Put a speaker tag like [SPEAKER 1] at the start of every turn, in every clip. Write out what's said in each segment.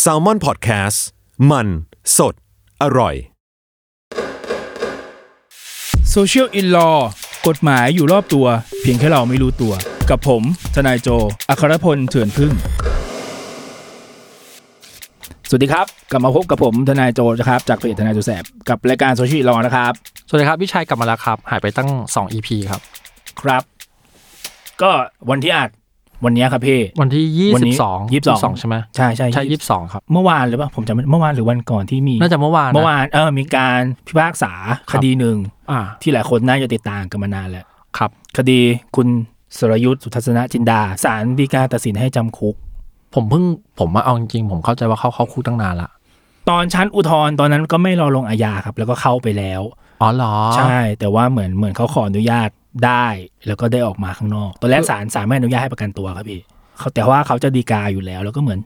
[SPEAKER 1] แซลมอนพอดแคสต์มันสดอร่อย
[SPEAKER 2] Social in Law กฎหมายอยู่รอบตัว เพียงแค่เราไม่รู้ตัว กับผม ทนายโจ อัครพลเถื่อนพึ่ง สวัสดีครับ กลับมาพบกับผม ทนายโจนะครับ จากเพจทนายโจแสบ กับรายการ Social in Law นะครับ
[SPEAKER 3] สวัสดีครับพี่ชัยกลับมาแล้วครับ หายไปตั้ง 2 EP ครับ
[SPEAKER 2] ครับ ก็วันที่อัดวันเนี้ยครับพี่
[SPEAKER 3] วันที่
[SPEAKER 2] วันนี้
[SPEAKER 3] 22
[SPEAKER 2] 22
[SPEAKER 3] ใช่ไหม
[SPEAKER 2] ใช่ใช่
[SPEAKER 3] ใช่
[SPEAKER 2] ยี่สิบ
[SPEAKER 3] 22 ครับ
[SPEAKER 2] เมื่อวานหรือเปล่าผมจำไม่เมื่อวานหรือวันก่อนที่มี
[SPEAKER 3] น่าจะเมื่อวานนะ
[SPEAKER 2] เมื่อวานเออมีการพิพากษาคดีหนึ่ง
[SPEAKER 3] อ่า
[SPEAKER 2] ที่หลายคนน่าจะติดตามกันมานานแล้ว
[SPEAKER 3] ครับ
[SPEAKER 2] คดีคุณสรยุทธ์สุทัศนจินดาศาลฎีกาตัดสินให้จำคุก
[SPEAKER 3] ผมเพิ่งผมมาเอาจริงๆ ผมเข้าใจว่าเขาเข้าคุกตั้งนานละ
[SPEAKER 2] ตอนชั้นอุทธรณ์ตอนนั้นก็ไม่รอลงอาญาครับ แล้วก็เข้าไปแล้ว
[SPEAKER 3] อ๋อเหรอ
[SPEAKER 2] ใช่ แต่ว่าเหมือนเหมือนเขาขออนุญาตได้ แล้วก็ได้ออกมาข้างนอก ตอนแรกศาลศาลไม่อนุญาตให้ประกันตัวครับพี่เขาแต่ว่าเขาจะดีกาอยู่แล้ว แล้วก็เหมือน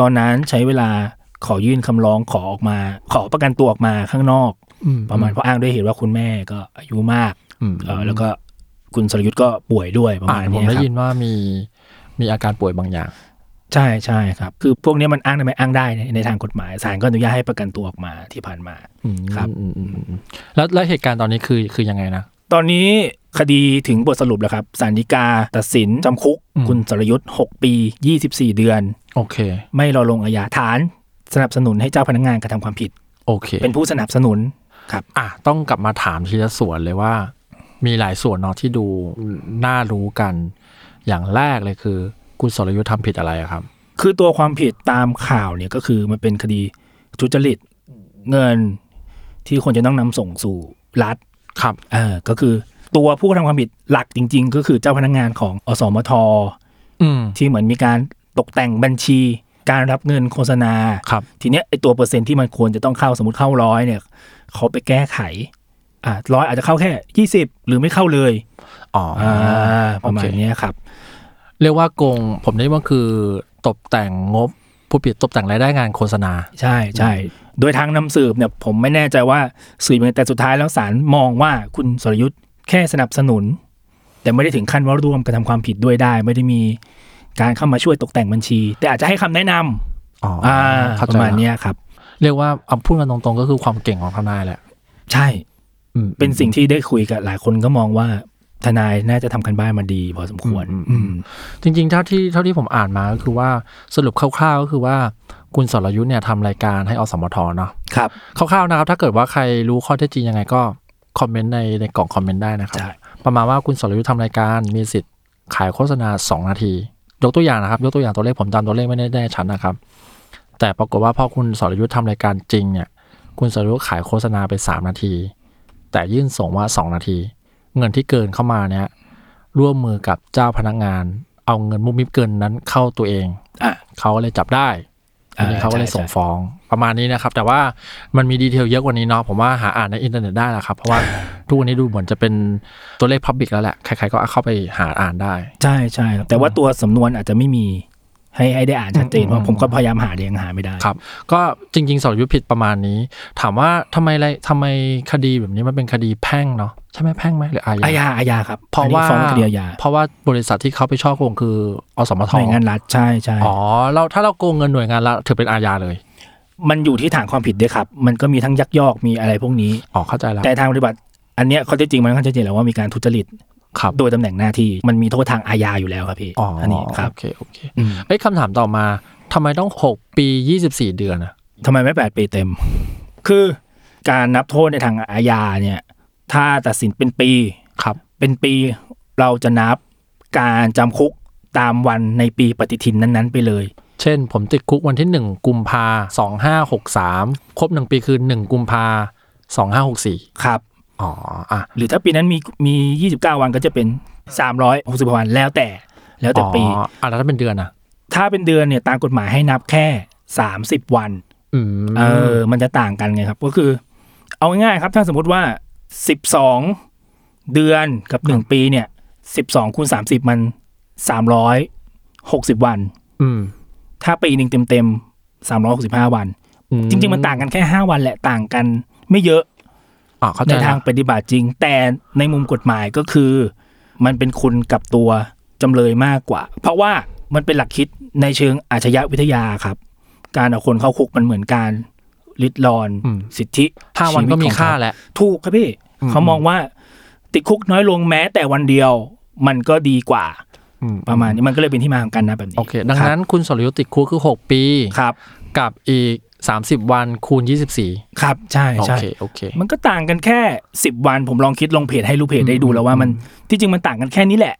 [SPEAKER 2] ตอนนั้นใช้เวลาขอยื่นคำร้องขอออกมา ขอประกันตัวออกมาข้างนอก
[SPEAKER 3] อื
[SPEAKER 2] ประมาณเพราะอ้างด้วยเหตุว่าคุณแม่ก็อายุมาก
[SPEAKER 3] อืม
[SPEAKER 2] เออแล้วก็คุณสรยุทธ์ก็ป่วยด้วยประ
[SPEAKER 3] อ่า
[SPEAKER 2] มาณ
[SPEAKER 3] ผม
[SPEAKER 2] เนี้ย
[SPEAKER 3] ได้
[SPEAKER 2] ครับ
[SPEAKER 3] ยินว่ามีมีอาการป่วยบางอย่าง
[SPEAKER 2] ใช่ใช่ครับ คือพวกเนี้ยมันอ้างได้ไหมอ้างได้ในในทางกฎหมายศาลก็อนุญาตให้ประกันตัวออกมาที่ผ่านมา
[SPEAKER 3] อืม
[SPEAKER 2] ครับ
[SPEAKER 3] อืมอืมอืมแล้วแล้วเหตุการณ์ตอนนี้คือคือยังไงนะ
[SPEAKER 2] ตอนนี้คดีถึงบทสรุปแล้วครับศาลฎีกาตัดสินจำคุก
[SPEAKER 3] อืม
[SPEAKER 2] คุณสรยุทธ์ 6 ปี 24 เดือน
[SPEAKER 3] โอเค
[SPEAKER 2] ไม่รอลงอาญาฐาน สนับสนุนให้เจ้าพนักงานกระทำความผิด
[SPEAKER 3] โอเค
[SPEAKER 2] เป็นผู้สนับสนุนครับ
[SPEAKER 3] อ่ะต้องกลับมาถามทีละส่วนเลยว่า มีหลายส่วนเนาะที่ดูน่ารู้กัน อย่างแรกเลยคือ คุณสรยุทธ์ทำผิดอะไรอะครับ
[SPEAKER 2] คือตัวความผิดตามข่าวเนี่ยก็คือมันเป็นคดีทุจริตเงินที่ควรจะต้องนำส่งสู่รัฐ
[SPEAKER 3] ครับ
[SPEAKER 2] เออก็คือตัวผู้กระทำความผิดหลักจริง ๆ ก็คือเจ้าพนักงานของอสมท
[SPEAKER 3] อืม
[SPEAKER 2] ที่เหมือนมีการตกแต่งบัญชี การรับเงินโฆษณา
[SPEAKER 3] ครับ
[SPEAKER 2] ทีเนี้ยไอตัวเปอร์เซ็นต์ที่มันควรจะต้องเข้าสมมติเข้าร้อยเนี่ยเขาไปแก้ไขอ่าร้อยอาจจะเข้าแค่ยี่สิบหรือไม่เข้าเลย
[SPEAKER 3] อ๋ออ
[SPEAKER 2] อ่าประมาณ
[SPEAKER 3] โอเค
[SPEAKER 2] เนี้ยครับ
[SPEAKER 3] เรียกว่าโกง ผมเรียกว่าคือตบแต่งงบผู้ผิดตบแต่งรายได้งานโฆษณา
[SPEAKER 2] ใช่ใช่โดยทางนำสืบเนี่ยผมไม่แน่ใจว่าสืบยังไงแต่สุดท้ายแล้วศาลมองว่าคุณสรยุทธ์แค่สนับสนุน แต่ไม่ได้ถึงขั้นว่าร่วมกระทำความผิดด้วยได้ ไม่ได้มีการเข้ามาช่วยตกแต่งบัญชี แต่อาจจะให้คำแนะนำ
[SPEAKER 3] อ๋อ
[SPEAKER 2] อ่า
[SPEAKER 3] เข้
[SPEAKER 2] ป
[SPEAKER 3] ใจ
[SPEAKER 2] ระมาณ
[SPEAKER 3] ละ
[SPEAKER 2] เนี้ยครับ
[SPEAKER 3] เรียกว่าเอาพูดกันตรงๆ ก็คือความเก่งของทนายแหละ
[SPEAKER 2] ใช่
[SPEAKER 3] อืม
[SPEAKER 2] เป็นสิ่งที่ได้คุยกับหลายคนก็มองว่าทนายน่าจะทำกันบ้านมาดีพอสมควร
[SPEAKER 3] อืม
[SPEAKER 2] อืม
[SPEAKER 3] จริงๆเท่าที่เท่าที่ผมอ่านมาก็คือว่าสรุปคร่าวๆ ก็คือว่าคุณสรยุทธ์เนี่ยทำรายการให้อสมทเนาะ
[SPEAKER 2] ครับ
[SPEAKER 3] คร่าวๆนะครับ ถ้าเกิดว่าใครรู้ข้อเท็จจริงยังไงก็คอมเมนต์ในในกล่องคอมเมนต์ได้นะครับ
[SPEAKER 2] ใช่
[SPEAKER 3] ประมาณว่าคุณสรยุทธ์ทำรายการมีสิทธิ์ขายโฆษณา 2 นาที ยกตัวอย่างนะครับ ยกตัวอย่างตัวเลขผมจำตัวเลขไม่ได้แน่ชัดนะครับ แต่ปรากฏว่าพอคุณสรยุทธ์ทำรายการจริงเนี่ย คุณสรยุทธ์ขายโฆษณาไป 3 นาที แต่ยื่นส่งว่า 2 นาที เงินที่เกินเข้ามาเนี่ยร่วมมือกับเจ้าพนักงาน เอาเงินมุกมิบเกินนั้นเข้าตัวเอง
[SPEAKER 2] อ่ะ
[SPEAKER 3] เขาก็เลยจับได้
[SPEAKER 2] อ่า
[SPEAKER 3] ทีนี้เขาก็เลย
[SPEAKER 2] ใช่
[SPEAKER 3] ส่งฟ้องประมาณนี้นะครับ แต่ว่ามันมีดีเทลเยอะกว่านี้เนาะผมว่าหาอ่านในอินเทอร์เน็ตได้แหละครับ เพราะว่า ทุกวันนี้ดูเหมือนจะเป็นตัวเลขพับบิกแล้วแหละ ใครๆก็เข้าไปหาอ่านได้
[SPEAKER 2] ใช่ใช่ครับแต่ว่าตัวสำนวนอาจจะไม่มี ให้ให้ได้อ่านชัดเจน
[SPEAKER 3] อืม
[SPEAKER 2] เพราะ
[SPEAKER 3] อืม
[SPEAKER 2] ผมก็พยายามหาแต่ยังหาไม่ได้
[SPEAKER 3] ครับ ก็จริง ๆสรยุทธผิดประมาณนี้ ถามว่าทำไมอะไรทำไมคดีแบบนี้มันเป็นคดีแพ่งเนาะใช่ไหมแพ่งไหมหรืออาญา
[SPEAKER 2] อาญาอาญาครับ
[SPEAKER 3] เพราะ
[SPEAKER 2] อันนี้
[SPEAKER 3] ว่า
[SPEAKER 2] ฟ้องคดีอาญา
[SPEAKER 3] เพราะว่าบริษัทที่เขาไปช่อโกงคืออสมท
[SPEAKER 2] หน่วยงานรัฐใช่ใช่
[SPEAKER 3] อ๋อเราถ้าเราโกงเงินหน่วยงานละถือเป็นอาญาเลย
[SPEAKER 2] มันอยู่ที่ฐานความผิดด้วยครับ มันก็มีทั้งยักยอกมีอะไรพวกนี้
[SPEAKER 3] อ๋อเข้าใจแล้ว
[SPEAKER 2] แต่ทางปฏิบัติ อันเนี้ยข้อเท็จจริงมันค่อนข้างชัดเจนแล้วว่ามีการทุจริต
[SPEAKER 3] ครับ
[SPEAKER 2] โดยตำแหน่งหน้าที่มันมีโทษทางอาญาอยู่แล้วครับพี่
[SPEAKER 3] อ๋ออั
[SPEAKER 2] นนี้ครับ
[SPEAKER 3] โอเคโอเค
[SPEAKER 2] อืม
[SPEAKER 3] เอ้ยคำถามต่อมาทำไมต้อง 6 ปี 24 เดือนอะ
[SPEAKER 2] ทำไมไม่แปดปีเต็ม คือการนับโทษในทางอาญาเนี่ย ถ้าตัดสินเป็นปี
[SPEAKER 3] ครับ
[SPEAKER 2] เป็นปีเราจะนับการจำคุกตามวันในปีปฏิทินนั้นๆ ไปเลย
[SPEAKER 3] เช่น ผมติดคุกวันที่ 1 กุมภาสองห้าหกสามครบ 1 ปีคือ 1 กุมภาสองห้าหกสี่
[SPEAKER 2] ครับ
[SPEAKER 3] อ๋ออ่ะ
[SPEAKER 2] หรือถ้าปีนั้นมีมี 29 วันก็จะเป็น 360 วันแล้วแต่แล้วแต่ปี
[SPEAKER 3] อ๋ออ่ะแล้วถ้าเป็นเดือนอ่ะ
[SPEAKER 2] ถ้าเป็นเดือนเนี่ยตามกฎหมายให้นับแค่สามสิบวัน
[SPEAKER 3] อืม
[SPEAKER 2] เออ มันจะต่างกันไงครับ ก็คือ เอาง่ายๆครับ ถ้าสมมติว่าสิบสองเดือนกับหนึ่งปีเนี่ยสิบสองคูณสามสิบมันสามร้อยหกสิบวัน
[SPEAKER 3] อืม
[SPEAKER 2] ถ้าปีหนึ่งเต็มๆสามร้อยหกสิบห้าวัน
[SPEAKER 3] อื
[SPEAKER 2] จริง ๆ มันต่างกันแค่ห้าวันแหละต่างกัน ไม่เยอะ
[SPEAKER 3] อ่าเข้าใจ
[SPEAKER 2] ในทางปฏิบัติจริง แต่ในมุมกฎหมายก็คือ มันเป็นคุณกับตัวจำเลยมากกว่า เพราะว่ามันเป็นหลักคิดในเชิงอาชญวิทยาครับ การเอาคนเข้าคุกมันเหมือนการลิดรอนสิทธิ
[SPEAKER 3] ห้าวันก็มีค่า
[SPEAKER 2] ชีตของเข
[SPEAKER 3] แหละ
[SPEAKER 2] ถูกครับพี่
[SPEAKER 3] อืม
[SPEAKER 2] เขามองว่า ติดคุกน้อยลงแม้แต่วันเดียว มันก็ดีกว่า
[SPEAKER 3] อืม
[SPEAKER 2] ประมาณนี้มันก็เลยเป็นที่มาของกันนะแบบนี้
[SPEAKER 3] โอเค ดังนั้นคุณสรยุทธ์ติดคุกคือ 6 ปี
[SPEAKER 2] ครับ
[SPEAKER 3] กับอีก 30 วันคูณ 24
[SPEAKER 2] ครับ ใช่
[SPEAKER 3] โอ
[SPEAKER 2] ใช่
[SPEAKER 3] เค โอเค
[SPEAKER 2] มันก็ต่างกันแค่สิบวันผมลองคิดลงเพจให้ลูกเพจได้ดูแล้วว่ามันที่จริงมันต่างกันแค่นี้แหละ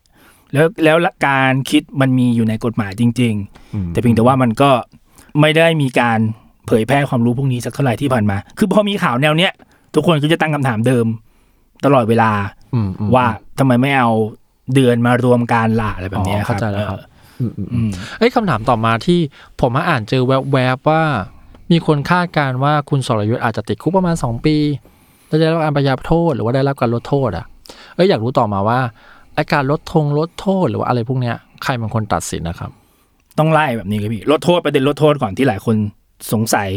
[SPEAKER 2] แล้วแล้วการคิดมันมีอยู่ในกฎหมายจริง
[SPEAKER 3] อืม
[SPEAKER 2] ๆ แต่เพียงแต่ว่ามันก็ไม่ได้มีการเผยแพร่ความรู้พวกนี้สักเท่าไหร่ที่ผ่านมา คือพอมีข่าวแนวเนี้ยทุกคนก็จะตั้งคำถามเดิม ตลอดเวลา
[SPEAKER 3] อืมอืม
[SPEAKER 2] ว่าทำไมไม่เอาเดือนมารวมการล่ะอะไรแบบเนี้ย
[SPEAKER 3] อ๋อ
[SPEAKER 2] ครับ
[SPEAKER 3] เข้าใจแล้วครับ
[SPEAKER 2] เอออืม
[SPEAKER 3] เอ้ยคำถามต่อมาที่ผมมาอ่านเจอแวบๆว่า มีคนคาดการณ์ว่าคุณสรยุทธ์อาจจะติดคุกประมาณ 2 ปีแล้วได้รับการประยาโทษหรือว่าได้รับการลดโทษอ่ะเอ้ยอยากรู้ต่อมาว่าไอการลดทงลดโทษหรือว่าอะไรพวกเนี้ยใครเป็นคนตัดสินนะครับ
[SPEAKER 2] ต้องไล่แบบนี้ครับพี่ลดโทษประเด็นลดโทษก่อนที่หลายคนสงสัย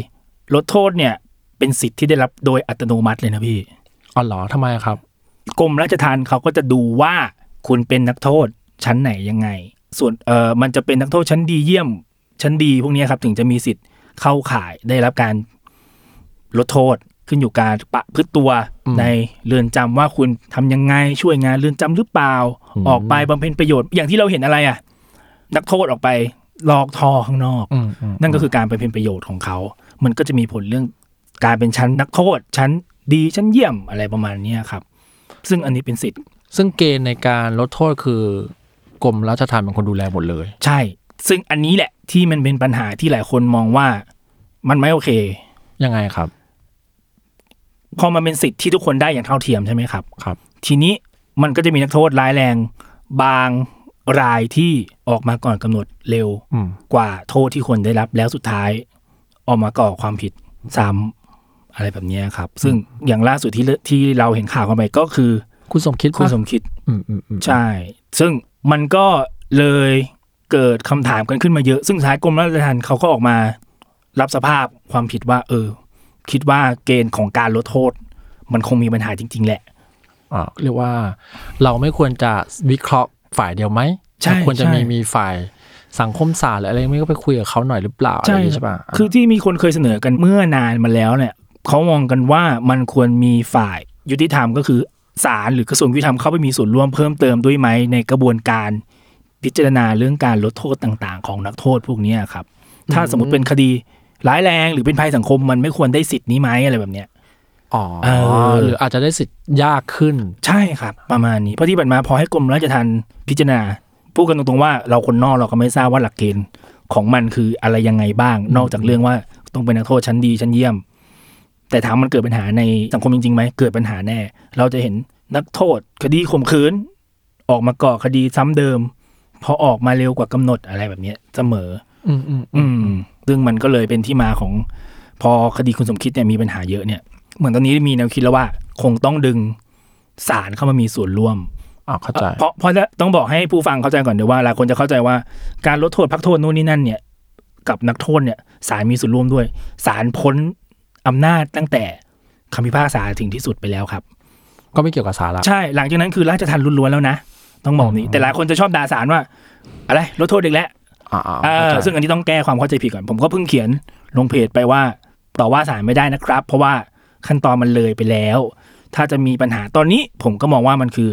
[SPEAKER 2] ลดโทษเนี่ย เป็นสิทธิ์ที่ได้รับโดยอัตโนมัติเลยนะพี่
[SPEAKER 3] อ๋อเหรอทำไมครับ
[SPEAKER 2] กรมราชทัณฑ์เขาก็จะดูว่าคุณเป็นนักโทษชั้นไหนยังไง ส่วนเออมันจะเป็นนักโทษชั้นดีเยี่ยมชั้นดีพวกเนี้ยครับถึงจะมีสิทธิ์เข้าข่ายได้รับการลดโทษขึ้นอยู่การประพฤติตัว
[SPEAKER 3] อืม
[SPEAKER 2] ในเรือนจำว่าคุณทำยังไงช่วยงานเรือนจำหรือเปล่า
[SPEAKER 3] อืม
[SPEAKER 2] ออกไปบำเพ็ญประโยชน์อย่างที่เราเห็นอะไรอ่ะ นักโทษออกไปลอกท่อข้างนอก
[SPEAKER 3] อืมอืม
[SPEAKER 2] นั่นก็คือการไปเป็นประโยชน์ของเขา มันก็จะมีผลเรื่องการเป็นชั้นนักโทษ ชั้นดีชั้นเยี่ยมอะไรประมาณเนี้ยครับ ซึ่งอันนี้เป็นสิทธิ์
[SPEAKER 3] ซึ่งเกณฑ์ในการลดโทษคือกรมราชทัณฑ์เป็นคนดูแลหมดเลย
[SPEAKER 2] ใช่ ซึ่งอันนี้แหละที่มันเป็นปัญหาที่หลายคนมองว่ามันไม่โอเค
[SPEAKER 3] ยังไงครับ
[SPEAKER 2] พอมันเป็นสิทธิ์ที่ทุกคนได้อย่างเท่าเทียมใช่ไหมครับ
[SPEAKER 3] ครับ
[SPEAKER 2] ทีนี้มันก็จะมีนักโทษร้ายแรง บางรายที่ออกมาก่อนกำหนดเร็ว
[SPEAKER 3] อืม
[SPEAKER 2] กว่าโทษที่ควรได้รับแล้วสุดท้าย ออกมาก่อความผิดซ้ำอะไรแบบเนี้ยครับ ซึ่งอย่างล่าสุดที่เลที่เราเห็นข่าวกันไปก็คือ
[SPEAKER 3] คุณสมคิด
[SPEAKER 2] คุณส
[SPEAKER 3] ปะ
[SPEAKER 2] มคิด
[SPEAKER 3] อืมอืมอืม
[SPEAKER 2] ใช่ ซึ่งมันก็เลยเกิดคำถามกันขึ้นมาเยอะ ซึ่งสายกรมราชทัณฑ์เขาก็ออกมารับสภาพความผิดว่า เออ คิดว่าเกณฑ์ของการลดโทษ มันคงมีปัญหาจริง ๆ แหละ
[SPEAKER 3] อ่าเรียกว่า เราไม่ควรจะวิเคราะห์ฝ่ายเดียวไหม
[SPEAKER 2] ใช่
[SPEAKER 3] เราควรจะมี
[SPEAKER 2] ใช่
[SPEAKER 3] มีฝ่ายสังคมศาสตร์หรืออะไรไม่ก็ไปคุยกับเขาหน่อยหรือเปล่าอะไรอย่างนี้ใช่ป่ะ
[SPEAKER 2] คือที่มีคนเคยเสนอกันเมื่อนานมาแล้วเนี่ยเขามองกันว่ามันควรมีฝ่ายยุติธรรมก็คือศาลหรือกระทรวงยุติธรรมเข้าไปมีส่วนร่วมเพิ่มเติมด้วยไหมในกระบวนการพิจารณาเรื่องการลดโทษต่างๆ ของนักโทษพวกเนี้ยครับ ถ้าสมมติเป็นคดีร้ายแรงหรือเป็นภัยสังคมมันไม่ควรได้สิทธิ์นี้ไหมอะไรแบบเนี้ย
[SPEAKER 3] อ๋อ
[SPEAKER 2] เออ
[SPEAKER 3] หรืออาจจะได้สิทธิ์ยากขึ้น
[SPEAKER 2] ใช่ครับ ประมาณนี้เพราะที่ผ่านมาพอให้กรมราชทัณฑ์พิจารณาพูดกันตรงๆว่าเราคนนอกเราก็ไม่ทราบว่าหลักเกณฑ์ของมันคืออะไรยังไงบ้าง นอกจากเรื่องว่าต้องเป็นนักโทษชั้นดีชั้นเยี่ยม แต่ถามมันเกิดปัญหาในสังคมจริงๆไหมเกิดปัญหาแน่ เราจะเห็นนักโทษ คดีข่มขืน ออกมาก่อคดีซ้ำเดิม พอออกมาเร็วกว่ากำหนดอะไรแบบเนี้ยเสมอ
[SPEAKER 3] อืมอืม
[SPEAKER 2] อืมซึ่งมันก็เลยเป็นที่มาของ พอคดีคุณสมคิดเนี่ยมีปัญหาเยอะเนี่ย เหมือนตอนนี้มีแนวคิดแล้วว่า คงต้องดึงศาลเข้ามามีส่วนร่วม
[SPEAKER 3] อ๋อเข้าใจ
[SPEAKER 2] เพราะเพราะต้องบอกให้ผู้ฟังเข้าใจก่อนเดี๋ยวว่าหลายคนจะเข้าใจว่าการลดโทษพักโทษนู่นนี่นั่นเนี่ย กับนักโทษเนี่ยศาลมีส่วนร่วมด้วยศาลพ้นอำนาจตั้งแต่คำพิพากษาถึงที่สุดไปแล้วครับ
[SPEAKER 3] ก็ไม่เกี่ยวกับสาระ
[SPEAKER 2] ใช่ หลังจากนั้นคือราชทันล้วนๆแล้วนะ ต้องบอกนี้ แต่หลายคนจะชอบด่าศาลว่า อะไรลดโทษอีกแล้ว
[SPEAKER 3] อ่า
[SPEAKER 2] เอ
[SPEAKER 3] อ่า
[SPEAKER 2] อ
[SPEAKER 3] เข้าใจ
[SPEAKER 2] ซึ่งอันนี้ต้องแก้ความเข้าใจผิดก่อน ผมก็เพิ่งเขียนลงเพจไปว่าต่อว่าศาลไม่ได้นะครับ เพราะว่าขั้นตอนมันเลยไปแล้ว ถ้าจะมีปัญหาตอนนี้ผมก็มองว่ามันคือ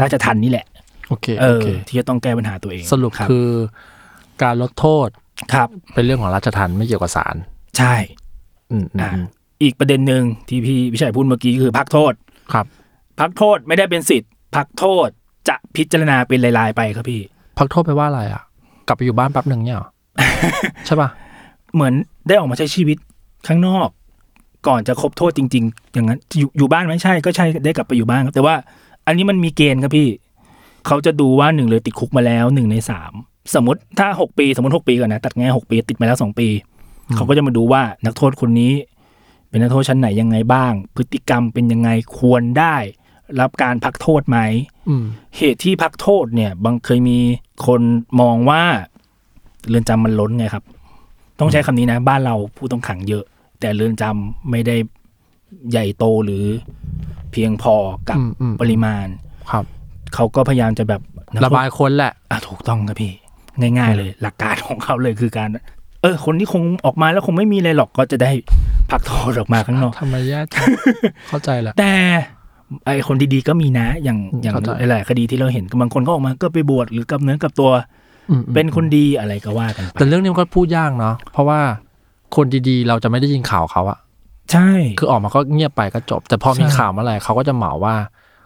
[SPEAKER 2] ราชทันนี่แหละ
[SPEAKER 3] โอเค
[SPEAKER 2] เอ
[SPEAKER 3] โอ
[SPEAKER 2] อ
[SPEAKER 3] เค
[SPEAKER 2] ที่จะต้องแก้ปัญหาตัวเอง
[SPEAKER 3] สรุป
[SPEAKER 2] ครับ
[SPEAKER 3] คือการลดโทษ
[SPEAKER 2] ครับ
[SPEAKER 3] เป็นเรื่องของราชทัณฑ์ไม่เกี่ยวกับศาล
[SPEAKER 2] ใช่
[SPEAKER 3] อืมอืม
[SPEAKER 2] อ่า
[SPEAKER 3] อืม
[SPEAKER 2] อีกประเด็นหนึ่งที่พี่วิชัยพูดเมื่อกี้คือพักโทษ
[SPEAKER 3] ครับ
[SPEAKER 2] พักโทษไม่ได้เป็นสิทธิ์พักโทษจะพิจารณาเป็นราย ๆ ไปครับพี่
[SPEAKER 3] พักโทษไปลว่าอะไรอ่ะ กลับไปอยู่บ้านแป๊บหนึ่ง เนี่ยเหรอ ใช่ป่ะ
[SPEAKER 2] เหมือนได้ออกมาใช้ชีวิตข้างนอก ก่อนจะครบโทษจริง ๆ อย่างนั้นอยู่อยู่บ้านไหม่ใช่ก็ใช่ได้กลับไปอยู่บ้านครับแต่ว่า อันนี้มันมีเกณฑ์ครับพี่ เขาจะดูว่าหนึ่งเลยติดคุกมาแล้วหนึ่งในสาม สมมติถ้าหกปี สมมติหกปีก่อนนะตัดง่ายหกปี ติดมาแล้วสองปี เขาก็จะมาดูว่านักโทษคนนี้ เป็นนักโทษชั้นไหนยังไงบ้าง พฤติกรรมเป็นยังไงควรได้ รับการพักโทษไหม
[SPEAKER 3] อืม
[SPEAKER 2] เหตุที่พักโทษเนี่ยบางเคยมีคนมองว่าเรือนจำมันล้นไงครับ ต้องใช้คำนี้นะ บ้านเราผู้ต้องขังเยอะ แต่เรือนจำไม่ได้ใหญ่โตหรือเพียงพอกับ
[SPEAKER 3] อืมอืม
[SPEAKER 2] ปริมาณ
[SPEAKER 3] ครับ
[SPEAKER 2] เขาก็พยายามจะแบบนักโทษ
[SPEAKER 3] ระบายคนแหละ
[SPEAKER 2] อ่ะถูกต้องครับพี่ ง่ายๆ เลย หลักการของเขาเลยคือการ เออ คนที่คงออกมาแล้วคงไม่มีอะไรหรอกก็จะได้พักโทษออกมาข้างนอก
[SPEAKER 3] ทำไมแย่ จัง เข้าใจแหละ
[SPEAKER 2] แต่ไอคนดีๆก็มีนะ อย่างอย่าง
[SPEAKER 3] เข้าใจ
[SPEAKER 2] หลายๆคดีที่เราเห็นบางคนก็ออกมาก็ไปบวชหรือกลับเนื้อกลับตัว
[SPEAKER 3] อืมอืม
[SPEAKER 2] เป็นคนดีอะไรก็ว่ากันไป
[SPEAKER 3] แต่เรื่องนี้มันก็พูดยากเนาะเพราะว่าคนดีๆ เราจะไม่ได้ยินข่าวเขาอะ
[SPEAKER 2] ใช่
[SPEAKER 3] คือออกมาก็เงียบไปก็จบ แต่พอมี
[SPEAKER 2] ใช่
[SPEAKER 3] ข่าวเมื่อไหร่เขาก็จะเหมาว่า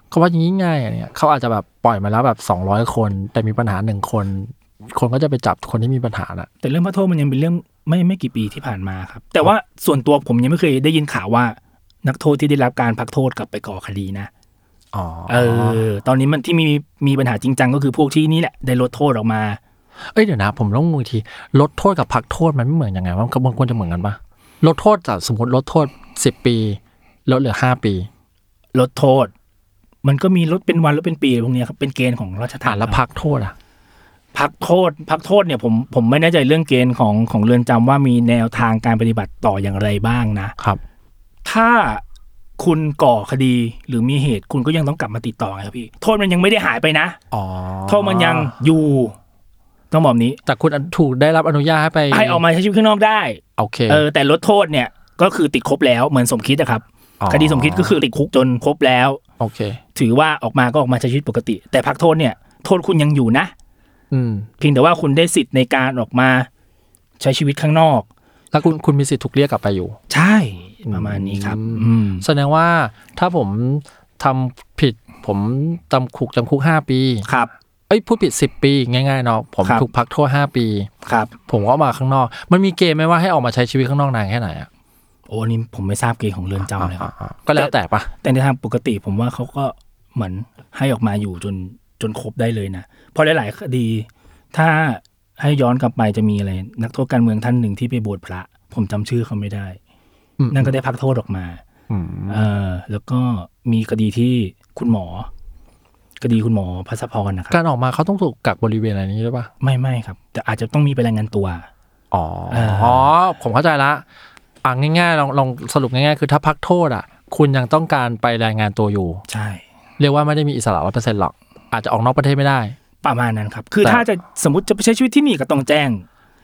[SPEAKER 3] เขาว่าอย่างนี้ง่ายอะเนี่ยเขาอาจจะแบบปล่อยมาแล้วแบบสองร้อยคน แต่มีปัญหาหนึ่งคน คนก็จะไปจับคนที่มีปัญหาน่ะ
[SPEAKER 2] แต่เรื่องพระโทษมันยังเป็นเรื่องไม่ไม่กี่ปีที่ผ่านมาครับ แต่ว่าส่วนตัวผมยังไม่เคยได้ยินข่าวว่า นักโทษที่ได้รับการพักโทษกลับไปก่อคดีนะ
[SPEAKER 3] อ๋อ
[SPEAKER 2] เออ ตอนนี้มันที่มีมีปัญหาจริงจังก็คือพวกที่นี่แหละได้ลดโทษออกมา
[SPEAKER 3] เอ้ยเดี๋ยวนะ ผมต้องงงอีกทีลดโทษกับพักโทษมันไม่เหมือนยังไงวะมันควรจะเหมือนกันปะลดโทษจากสมมติลดโทษสิบปีลดเหลือห้าปี
[SPEAKER 2] ลดโทษ มันก็มีลดเป็นวันลดเป็นปีพวกเนี้ยครับเป็นเกณฑ์ของราชทา
[SPEAKER 3] อ่าน นแล้วพักโทษอะ
[SPEAKER 2] พักโทษพักโทษเนี่ยผมผมไม่แน่ใจเรื่องเกณฑ์ของของเรือนจำว่ามีแนวทางการปฏิบัติต่ออย่างไรบ้างนะ
[SPEAKER 3] ครับ
[SPEAKER 2] ถ้าคุณก่อคดีหรือมีเหตุคุณก็ยังต้องกลับมาติดต่อไงครับพี่ โทษมันยังไม่ได้หายไปนะ
[SPEAKER 3] อ๋อ
[SPEAKER 2] โทษมันยังอยู่ ต้องบอกแบบนี้
[SPEAKER 3] แต่คุณถูกได้รับอนุญาตให้ไป
[SPEAKER 2] ให้ออกมาใช้ชีวิตข้างนอกได้
[SPEAKER 3] โอเค
[SPEAKER 2] เออแต่ลดโทษเนี่ยก็คือติดครบแล้วเหมือนสมคิดอะครับ
[SPEAKER 3] อ๋อ
[SPEAKER 2] คดีสมคิดก็คือติดคุกจนครบแล้ว
[SPEAKER 3] โอเค
[SPEAKER 2] ถือว่าออกมาก็ออกมาใช้ชีวิตปกติ แต่พักโทษเนี่ยโทษคุณยังอยู่นะ
[SPEAKER 3] อืม
[SPEAKER 2] เพียงแต่ว่าคุณได้สิทธิ์ในการออกมาใช้ชีวิตข้างนอก
[SPEAKER 3] แล้วคุณคุณมีสิทธิ์ถูกเรียกกลับไปอยู่
[SPEAKER 2] ใช่ประมาณนี้ครับ อืม
[SPEAKER 3] แสดงว่าถ้าผมทำผิด ผมจำคุกจำคุกห้าปี
[SPEAKER 2] ครับ
[SPEAKER 3] เอ้ยพูดผิดสิบปีง่ายๆเนาะผม
[SPEAKER 2] ครับ
[SPEAKER 3] ถูกพักโทษห้าปี
[SPEAKER 2] ครับ
[SPEAKER 3] ผมก็ออกมาข้างนอก มันมีเกณฑ์ไหมว่าให้ออกมาใช้ชีวิตข้างนอกนานแค่ไหนอ่ะ
[SPEAKER 2] โอ้อันนี่ผมไม่ทราบเกณฑ์ของเรือนจำเลยครับ
[SPEAKER 3] อ่าๆก็แล้วแต่ปะ
[SPEAKER 2] แต่ในทางปกติผมว่าเขาก็เหมือนให้ออกมาอยู่จนจนครบได้เลยนะเพราะหลาย ๆ คดี ถ้าให้ย้อนกลับไปจะมีอะไร นักโทษการเมืองท่านหนึ่งที่ไปบวชพระ ผมจำชื่อเขาไม่ได้
[SPEAKER 3] อืม
[SPEAKER 2] นั่นก็ได้พักโทษออกมา
[SPEAKER 3] อืม
[SPEAKER 2] เออแล้วก็มีคดีที่คุณหมอ คดีคุณหมอพัสพรนะครับ
[SPEAKER 3] การออกมาเขาต้องถูกกักบริเวณอะไรนี้ด้วยปะ
[SPEAKER 2] ไม่ไม่ครับ แต่อาจจะต้องมีไปรายงานตัว
[SPEAKER 3] อ๋ออา อ๋อ ผมเข้าใจละอ่ะง่ายๆลองลองสรุปง่ายๆ คือถ้าพักโทษอ่ะ คุณยังต้องการไปรายงานตัวอยู่
[SPEAKER 2] ใช่
[SPEAKER 3] เรียกว่าไม่ได้มีอิสระร้อยเปอร์เซ็นต์หรอก อาจจะออกนอกประเทศไม่ได้
[SPEAKER 2] ประมาณนั้นครับ คือ
[SPEAKER 3] แต่
[SPEAKER 2] ถ้าจะสมมติจะไปใช้ชีวิตที่นี่ก็ต้องแจ้ง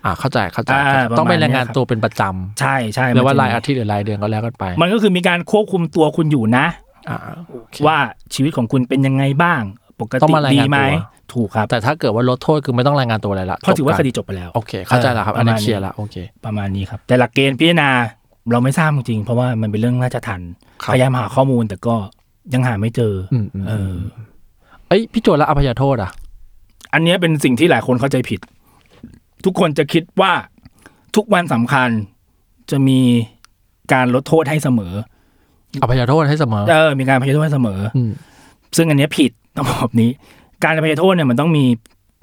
[SPEAKER 3] อ่าเข้าใจเข้าใจ
[SPEAKER 2] อ่า
[SPEAKER 3] เข้าใจ
[SPEAKER 2] ประมาณ
[SPEAKER 3] ต้องไปรายงาน
[SPEAKER 2] เนี้ยครับ
[SPEAKER 3] ตัวเป็นประจ
[SPEAKER 2] ใช่ใช่
[SPEAKER 3] ำเรียกว่า
[SPEAKER 2] มันจะ
[SPEAKER 3] รายอาทิตย์หรือรายเดือนก็แล้วกันไป
[SPEAKER 2] มันก็คือมีการควบคุมตัวคุณอยู่นะ
[SPEAKER 3] อ่าโอเค
[SPEAKER 2] ว่าชีวิตของคุณเป็นยังไงบ้าง ปก
[SPEAKER 3] ต้อ
[SPEAKER 2] ติ
[SPEAKER 3] งมาราย
[SPEAKER 2] ดี
[SPEAKER 3] งาน
[SPEAKER 2] ไหม
[SPEAKER 3] ตัว
[SPEAKER 2] ถูกครับ
[SPEAKER 3] แต่ถ้าเกิดว่าลดโทษคือไม่ต้องรายงานตัวอะไรละ
[SPEAKER 2] เพราะถือว่า
[SPEAKER 3] จบ
[SPEAKER 2] ค
[SPEAKER 3] กัน
[SPEAKER 2] ดีจบไปแล้ว
[SPEAKER 3] โอเค เข้าใจแล้วครับ
[SPEAKER 2] เอออั
[SPEAKER 3] อันนี้
[SPEAKER 2] ประมาณ
[SPEAKER 3] เคลียร์ละโอเค
[SPEAKER 2] ประมาณนี้ครับ แต่หลักเกณฑ์พิจารณาเราไม่ทราบจริงๆเพราะว่ามันเป็นเรื่องราชทัน
[SPEAKER 3] ครับ
[SPEAKER 2] พยายามหาข้อมูลแต่ก็ยังหาไม่เจออ
[SPEAKER 3] อืมอืม
[SPEAKER 2] เออ
[SPEAKER 3] เอ้ยพี่โจแล้วอภัยโทษอ่ะ
[SPEAKER 2] อันเนี้ยเป็นสิ่งที่หลายคนเข้าใจผิด ทุกคนจะคิดว่าทุกวันสำคัญจะมีการลดโทษให้เสมอ
[SPEAKER 3] อภัยโทษให้เสมอ
[SPEAKER 2] เออมีการอภัยโทษให้เสมอ
[SPEAKER 3] อืม
[SPEAKER 2] ซึ่งอันเนี้ยผิดต้องบอกแบบนี้ การอภัยโทษเนี่ยมันต้องมี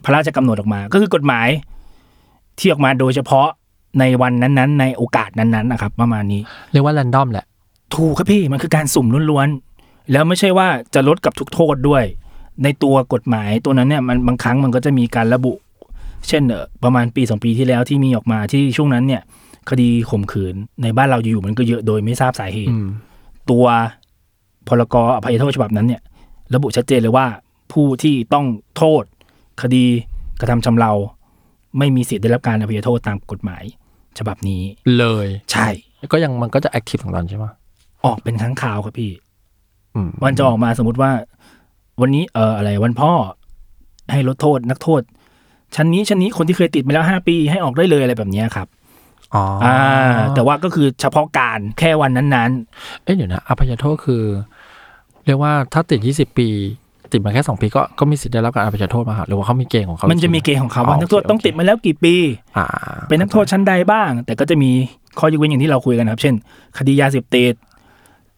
[SPEAKER 2] พระราชกำหนดออกมา ก็คือกฎหมายที่ออกมาโดยเฉพาะในวันนั้นๆ ในโอกาสนั้นๆนะครับ ประมาณนี้
[SPEAKER 3] เรียกว่า r รนดอมแหละ
[SPEAKER 2] ถูกครับพี่มันคือการสุ่มล้วนๆ แล้วไม่ใช่ว่าจะลดกับทุกโทษด้วย ในตัวกฎหมายตัวนั้นเนี่ยมันบางครั้งมันก็จะมีการระบุ เช่นเอ่อประมาณปีสองปีที่แล้วที่มีออกมาที่ช่วงนั้นเนี่ย คดีข่มขืนในบ้านเราอยู่ๆมันก็เยอะโดยไม่ทราบสาเหตุ
[SPEAKER 3] อืม
[SPEAKER 2] ตัวพรกอภัยโทษฉบับนั้นเนี่ย ระบุชัดเจนเลยว่าผู้ที่ต้องโทษ คดีกระทำชำเราไม่มีสิทธิ์ได้รับการอภัยโทษตามกฎหมาย ฉบับนี้
[SPEAKER 3] เลย
[SPEAKER 2] ใช่
[SPEAKER 3] ก็ยังมันก็จะแอคทีฟของตอนใช่ไหม
[SPEAKER 2] ออกเป็นครั้งคราวครับพี่
[SPEAKER 3] อืม
[SPEAKER 2] มันจะออกมาสมมติว่า วันนี้เอออะไรวันพ่อให้ลดโทษนักโทษ ชั้นนี้ชั้นนี้คนที่เคยติดมาแล้วห้าปีให้ออกได้เลยอะไรแบบเนี้ยครับ
[SPEAKER 3] อ๋ออ่
[SPEAKER 2] า แต่ว่าก็คือเฉพาะการแค่วันนั้น
[SPEAKER 3] เอ้ยเดี๋ยวนะอภัยโทษคือ เรียกว่าถ้าติด 20 ปี ติดมาแค่ 2 ปีก็ก็มีสิทธิ์ได้รับการอภัยโทษมาหาหรือว่าเขามีเกณฑ์ของเขา
[SPEAKER 2] ๆ มั
[SPEAKER 3] มัน
[SPEAKER 2] จะมีเกณฑ์ของเขาว่านักโทษต้องติดมาแล้วกี่ปี
[SPEAKER 3] อ่า
[SPEAKER 2] เป็นนักโทษชั้นใดบ้าง แต่ก็จะมีข้อยกเว้นอย่างที่เราคุยกันครับ เช่น คดียาเสพติด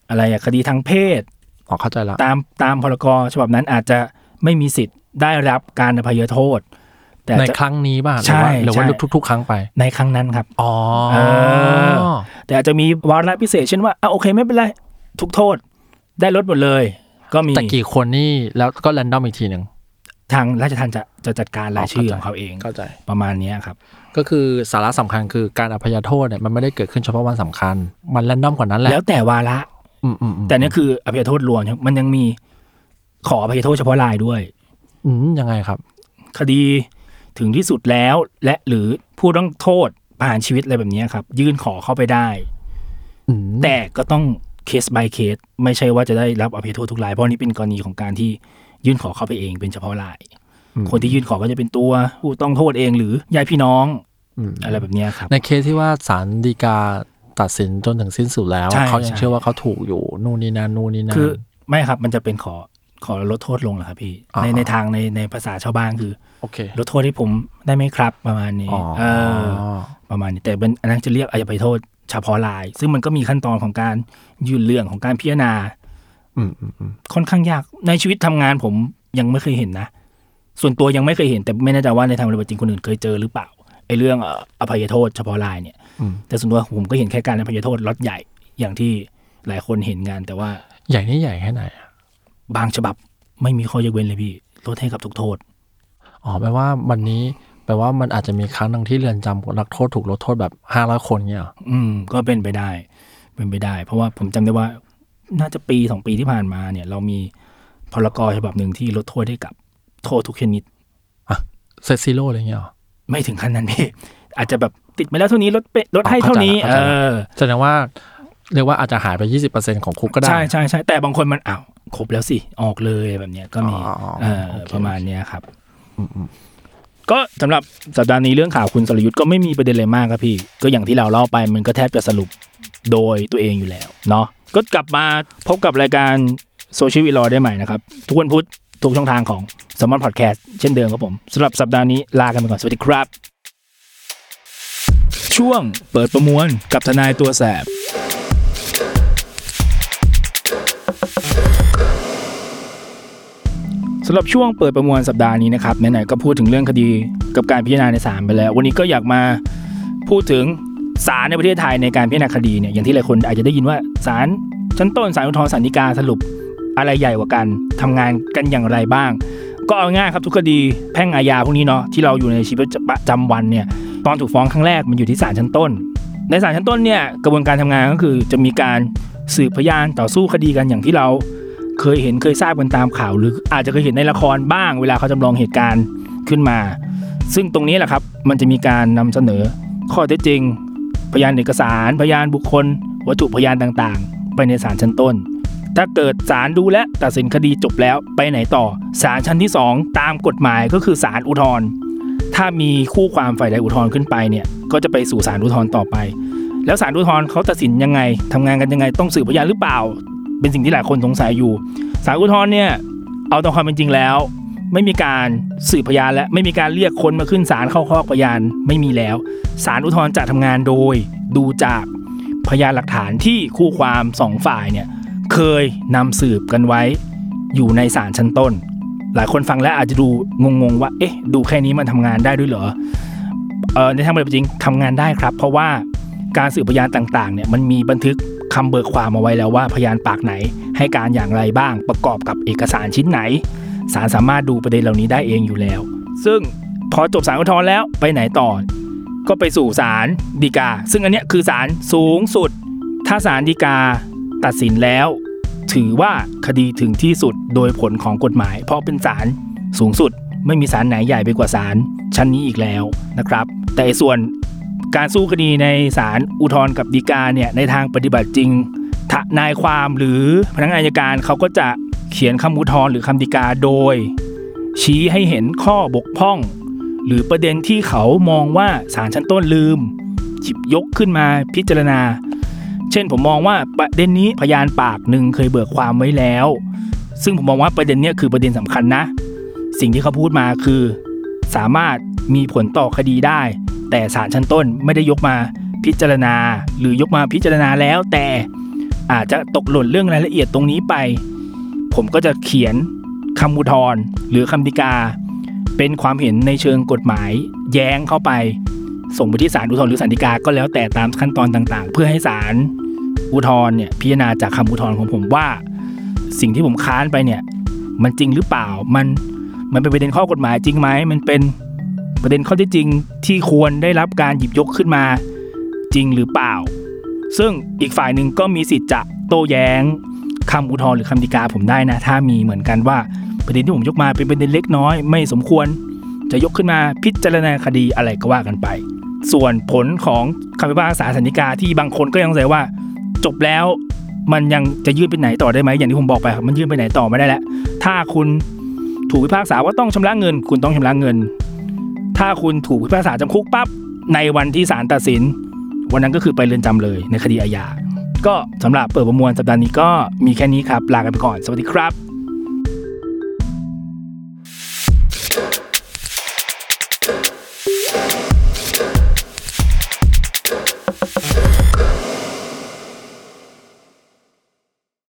[SPEAKER 2] อะไรอะคดีทางเพศ
[SPEAKER 3] อ๋อเข้าใจละ
[SPEAKER 2] ตามตามพรกฉบับนั้นอาจจะไม่มีสิทธิ์ได้รับการอภัยโทษ แต่อาจ
[SPEAKER 3] ใน
[SPEAKER 2] จะ
[SPEAKER 3] ครั้งนี้บ้างห
[SPEAKER 2] ใช่
[SPEAKER 3] รือว่าหรือว่า
[SPEAKER 2] ใช่
[SPEAKER 3] ทุก ๆ ครั้งไป
[SPEAKER 2] ในครั้งนั้นครับ
[SPEAKER 3] อ๋อ
[SPEAKER 2] เออ แต่อาจจะมีวาระพิเศษเช่นว่าอ่ะโอเคไม่เป็นไรทุกโทษ ได้ลดหมดเลย ก็มี
[SPEAKER 3] แต่กี่คนนี่แล้วก็แรนดอมอีกทีหนึ่ง
[SPEAKER 2] ทางราชทัณฑ์จะจะจัดการรายชื่อขอ
[SPEAKER 3] เข้าใจ
[SPEAKER 2] งเขาเอง
[SPEAKER 3] เข้าใจ
[SPEAKER 2] ประมาณเนี้ยครับ
[SPEAKER 3] ก็คือสาระสำคัญคือการอภัยโทษเนี่ยมันไม่ได้เกิดขึ้นเฉพาะวันสำคัญ มันแรนดอมกว่านั้นแหละ
[SPEAKER 2] แล้วแต่วาระ
[SPEAKER 3] อืมอืมอืม
[SPEAKER 2] แต่เนี่ยคืออภัยโทษรวมครับมันยังมีขออภัยโทษเฉพาะรายด้วย
[SPEAKER 3] อืมยังไงครับ
[SPEAKER 2] คดีถึงที่สุดแล้วและหรือผู้ต้องโทษประหารชีวิตอะไรแบบเนี้ยครับ ยื่นขอเข้าไปได้
[SPEAKER 3] อืม
[SPEAKER 2] แต่ก็ต้องเคส by เคส ไม่ใช่ว่าจะได้รับอภัยโทษทุกราย เพราะนี่เป็นกรณีของการที่ยื่นขอเข้าไปเองเป็นเฉพาะราย คนที่ยื่นขอก็จะเป็นตัวผู้ต้องโทษเองหรือญาติพี่น้อง
[SPEAKER 3] อืม
[SPEAKER 2] อะไรแบบเนี้ยครับ
[SPEAKER 3] ในเคสที่ว่าศาลฎีกาตัดสินจนถึงสิ้นสุดแล้ว
[SPEAKER 2] ใช่
[SPEAKER 3] เขายัง
[SPEAKER 2] ใช่
[SPEAKER 3] เชื่อว่าเขาถูกอยู่นู่นนี่นั่นนู่นนี่นั่น
[SPEAKER 2] คือไม่ครับมันจะเป็นขอขอลดโทษลงเหรอครับพี่
[SPEAKER 3] อ่า
[SPEAKER 2] ในในทางในในภาษาชาวบ้านคือ
[SPEAKER 3] โอเค
[SPEAKER 2] ลดโทษให้ผมได้ไหมครับ ประมาณนี้
[SPEAKER 3] อ๋อ
[SPEAKER 2] เออประมาณนี้แต่เป็นอันนั้นจะเรียกอภัยโทษเฉพาะราย ซึ่งมันก็มีขั้นตอนของการยื่นเรื่องของการพิจารณา
[SPEAKER 3] อืมอืมอืม
[SPEAKER 2] ค่อนข้างยากในชีวิตทำงานผมยังไม่เคยเห็นนะ ส่วนตัวยังไม่เคยเห็น แต่ไม่แน่ใจว่าในทางปฏิบัติจริงคนอื่นเคยเจอหรือเปล่าไอ้เรื่องเอ่ออภัยโทษเฉพาะรายเนี่ย
[SPEAKER 3] อืม
[SPEAKER 2] แต่ส่วนตัวผมก็เห็นแค่การอภัยโทษล็อตใหญ่อย่างที่หลายคนเห็นงานแต่ว่า
[SPEAKER 3] ใหญ่นี่ใหญ่แค่ไหนอะ
[SPEAKER 2] บางฉบับไม่มีข้อยกเว้นเลยพี่ลดให้กับทุกโทษ
[SPEAKER 3] อ๋อแปลว่าวันนี้แปลว่ามันอาจจะมีครั้งหนึ่งที่เรือนจำนักโทษถูกลดโทษแบบห้าร้อยคนเนี่ยเหรอ
[SPEAKER 2] อืมก็เป็นไปได้ เป็นไปได้ เพราะว่าผมจำได้ว่าน่าจะปีสองปีที่ผ่านมาเนี่ย เรามีพรกฉบับหนึ่งที่ลดโทษให้กับโทษทุกชนิด
[SPEAKER 3] เซตซิโร่อะไรเงี้ยเหรอ
[SPEAKER 2] ไม่ถึงขั้นนั้นพี่ อาจจะแบบติดมาแล้วเท่านี้ลดเปลดให้
[SPEAKER 3] อ๋อ
[SPEAKER 2] เท่านี้
[SPEAKER 3] เข้า
[SPEAKER 2] เออ
[SPEAKER 3] ใจละเข้าใจละแสดงว่าเรียกว่าอาจจะหายไป 20%ของคุกก็ได้
[SPEAKER 2] ใช่ใช่ใช่แต่บางคนมันอ้าวครบแล้วสิ ออกเลยแบบเนี้ยก็มี
[SPEAKER 3] อ๋ออ๋อ
[SPEAKER 2] เออ
[SPEAKER 3] โอเค
[SPEAKER 2] ประมาณเนี้ยครับ ก็สำหรับสัปดาห์นี้เรื่องข่าวคุณสรยุทธ์ก็ไม่มีประเด็นอะไรมากครับพี่ ก็อย่างที่เราเล่าไปมันก็แทบจะสรุปโดยตัวเองอยู่แล้ว เนาะก็กลับมาพบกับรายการโซเชียลวีลอได้ใหม่นะครับ ทุกวันพุธทุกช่องทางของสมอนพอดแคสต์เช่นเดิมครับผมสำหรับสัปดาห์นี้ลากันไปก่อนสวัสดีครับ ช่วงเปิดประมวลกับทนายตัวแสบ สำหรับช่วงเปิดประมวลสัปดาห์นี้นะครับไหนๆก็พูดถึงเรื่องคดีกับการพิจารณาในศาลไปแล้ว วันนี้ก็อยากมาพูดถึงศาลในประเทศไทยในการพิจารณาคดีเนี่ยอย่างที่หลายคนอาจจะได้ยินว่าศาลชั้นต้นศาลอุทธรณ์ศาลฎีกาสรุปอะไรใหญ่กว่ากันทำงานกันอย่างไรบ้าง ก็เอาง่ายครับทุกคดีแพ่งอาญาพวกนี้เนาะที่เราอยู่ในชีวิตประจำวันเนี่ยตอนถูกฟ้องครั้งแรกมันอยู่ที่ศาลชั้นต้น ในศาลชั้นต้นเนี่ยกระบวนการทำงานก็คือจะมีการสืบพยานต่อสู้คดีกันอย่างที่เรา เคยเห็นเคยทราบกันตามข่าวหรืออาจจะเคยเห็นในละครบ้าง เวลาเขาจำลองเหตุการณ์ขึ้นมา ซึ่งตรงนี้แหละครับ มันจะมีการนำเสนอข้อเท็จจริง พยานเอกสาร พยานบุคคล วัตถุพยานต่างๆ ไปในศาลชั้นต้น ถ้าเกิดศาลดูและตัดสินคดีจบแล้วไปไหนต่อศาลชั้นที่ 2 ตามกฎหมายก็คือศาลอุทธรณ์ถ้ามีคู่ความฝ่ายใดอุทธรณ์ขึ้นไปเนี่ยก็จะไปสู่ศาลอุทธรณ์ต่อไป แล้วศาลอุทธรณ์เขาตัดสินยังไงทำงานกันยังไงต้องสืบพยานหรือเปล่า เป็นสิ่งที่หลายคนสงสัยอยู่ สารอุทธรณ์เนี่ยเอาตามความเป็นจริงแล้ว ไม่มีการสืบพยานและไม่มีการเรียกคนมาขึ้นศาลเข้าครอกพยานไม่มีแล้วศาลอุทธรณ์จะทำงานโดยดูจากพยานหลักฐานที่คู่ความสองฝ่ายเนี่ยเคยนำสืบกันไว้อยู่ในศาลชั้นต้น หลายคนฟังแล้วอาจจะดูงงๆว่าเอ๊ะดูแค่นี้มันทำงานได้ด้วยเหรอเออในทางปฏิบัติจริงทำงานได้ครับ เพราะว่าการสืบพยานต่างๆเนี่ยมันมีบันทึก คำเบิกความเอาไว้แล้วว่าพยานปากไหน ให้การอย่างไรบ้างประกอบกับเอกสารชิ้นไหนศาลสามารถดูประเด็นเหล่านี้ได้เองอยู่แล้ว ซึ่งพอจบศาลอุทธรณ์แล้วไปไหนต่อ ก็ไปสู่ศาลฎีกา ซึ่งอันเนี้ยคือศาลสูงสุด ถ้าศาลฎีกาตัดสินแล้ว ถือว่าคดีถึงที่สุดโดยผลของกฎหมาย เพราะเป็นศาลสูงสุด ไม่มีศาลไหนใหญ่ไปกว่าศาลชั้นนี้อีกแล้วนะครับ แต่ส่วน การสู้คดีในศาลอุทธรณ์กับฎีกาเนี่ยในทางปฏิบัติจริงทนายความหรือพนักงานอัยการเขาก็จะเขียนคำอุทธรณ์หรือคำฎีกาโดย ชี้ให้เห็นข้อบกพร่อง หรือประเด็นที่เขามองว่าศาลชั้นต้นลืมหยิบยกขึ้นมาพิจารณา เช่นผมมองว่าประเด็นนี้พยานปากหนึ่งเคยเบิกความไว้แล้ว ซึ่งผมมองว่าประเด็นเนี้ยคือประเด็นสำคัญนะ สิ่งที่เขาพูดมาคือ สามารถมีผลต่อคดีได้ แต่ศาลชั้นต้นไม่ได้ยกมาพิจารณา หรือยกมาพิจารณาแล้ว แต่อาจจะตกหล่นเรื่องรายละเอียดตรงนี้ไป ผมก็จะเขียนคำอุทธรณ์หรือคำฎีกา เป็นความเห็นในเชิงกฎหมาย แย้งเข้าไป ส่งไปที่ศาลอุทธรณ์หรือศาลฎีกาก็แล้วแต่ตามขั้นตอนต่างๆ เพื่อให้ศาลอุทธรณ์เนี่ยพิจารณาจากคำอุทธรณ์ของผมว่า สิ่งที่ผมค้านไปเนี่ย มันจริงหรือเปล่ามันมันเป็นประเด็นข้อกฎหมายจริงไหมมันเป็นประเด็นข้อเท็จจริงที่ควรได้รับการหยิบยกขึ้นมาจริงหรือเปล่า ซึ่งอีกฝ่ายหนึ่งก็มีสิทธิ์จะโต้แย้งคำอุทธรณ์หรือคำฎีกาผมได้นะ ถ้ามีเหมือนกันว่าประเด็นที่ผมยกมาเป็นประเด็นเล็กน้อยไม่สมควร จะยกขึ้นมาพิจารณาคดีอะไรก็ว่ากันไป ส่วนผลของคำพิพากษาสันนิกาที่บางคนก็ยังสงสัยว่า จบแล้วมันยังจะยืดไปไหนต่อได้ไหมอย่างที่ผมบอกไปครับมันยืดไปไหนต่อไม่ได้แล้วถ้าคุณถูกพิพากษาว่าต้องชำระเงิน คุณต้องชำระเงิน ถ้าคุณถูกพิพากษาจำคุกปั๊บในวันที่ศาลตัดสิน วันนั้นก็คือไปเรือนจำเลยในคดีอาญา ก็สำหรับเปิดประมวลสัปดาห์นี้ก็มีแค่นี้ครับ ลากันไปก่อน สวัสดีครับ